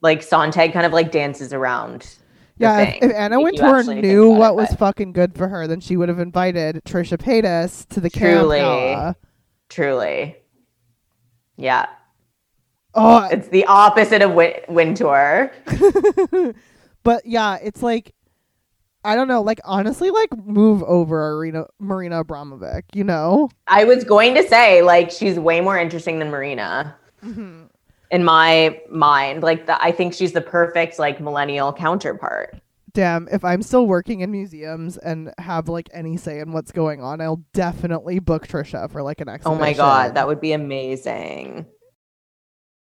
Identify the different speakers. Speaker 1: like Sontag kind of like dances around. the
Speaker 2: Yeah,
Speaker 1: thing,
Speaker 2: if, if Anna
Speaker 1: if you
Speaker 2: Wintour
Speaker 1: actually think
Speaker 2: knew
Speaker 1: about it,
Speaker 2: what was
Speaker 1: but-
Speaker 2: fucking good for her, then she would have invited Trisha Paytas to the
Speaker 1: Truly.
Speaker 2: camp. gala.
Speaker 1: truly. Yeah,
Speaker 2: Oh,
Speaker 1: it's the opposite of Win- Wintour.
Speaker 2: but yeah, it's like I don't know, like honestly, like move over Marina Marina Abramovic, you know?
Speaker 1: I was going to say like she's way more interesting than Marina Mm-hmm. in my mind. Like the, I think she's the perfect like millennial counterpart.
Speaker 2: Damn, if I'm still working in museums and have like any say in what's going on, I'll definitely book Trisha for like an
Speaker 1: Oh
Speaker 2: exhibition.
Speaker 1: my god, that would be amazing.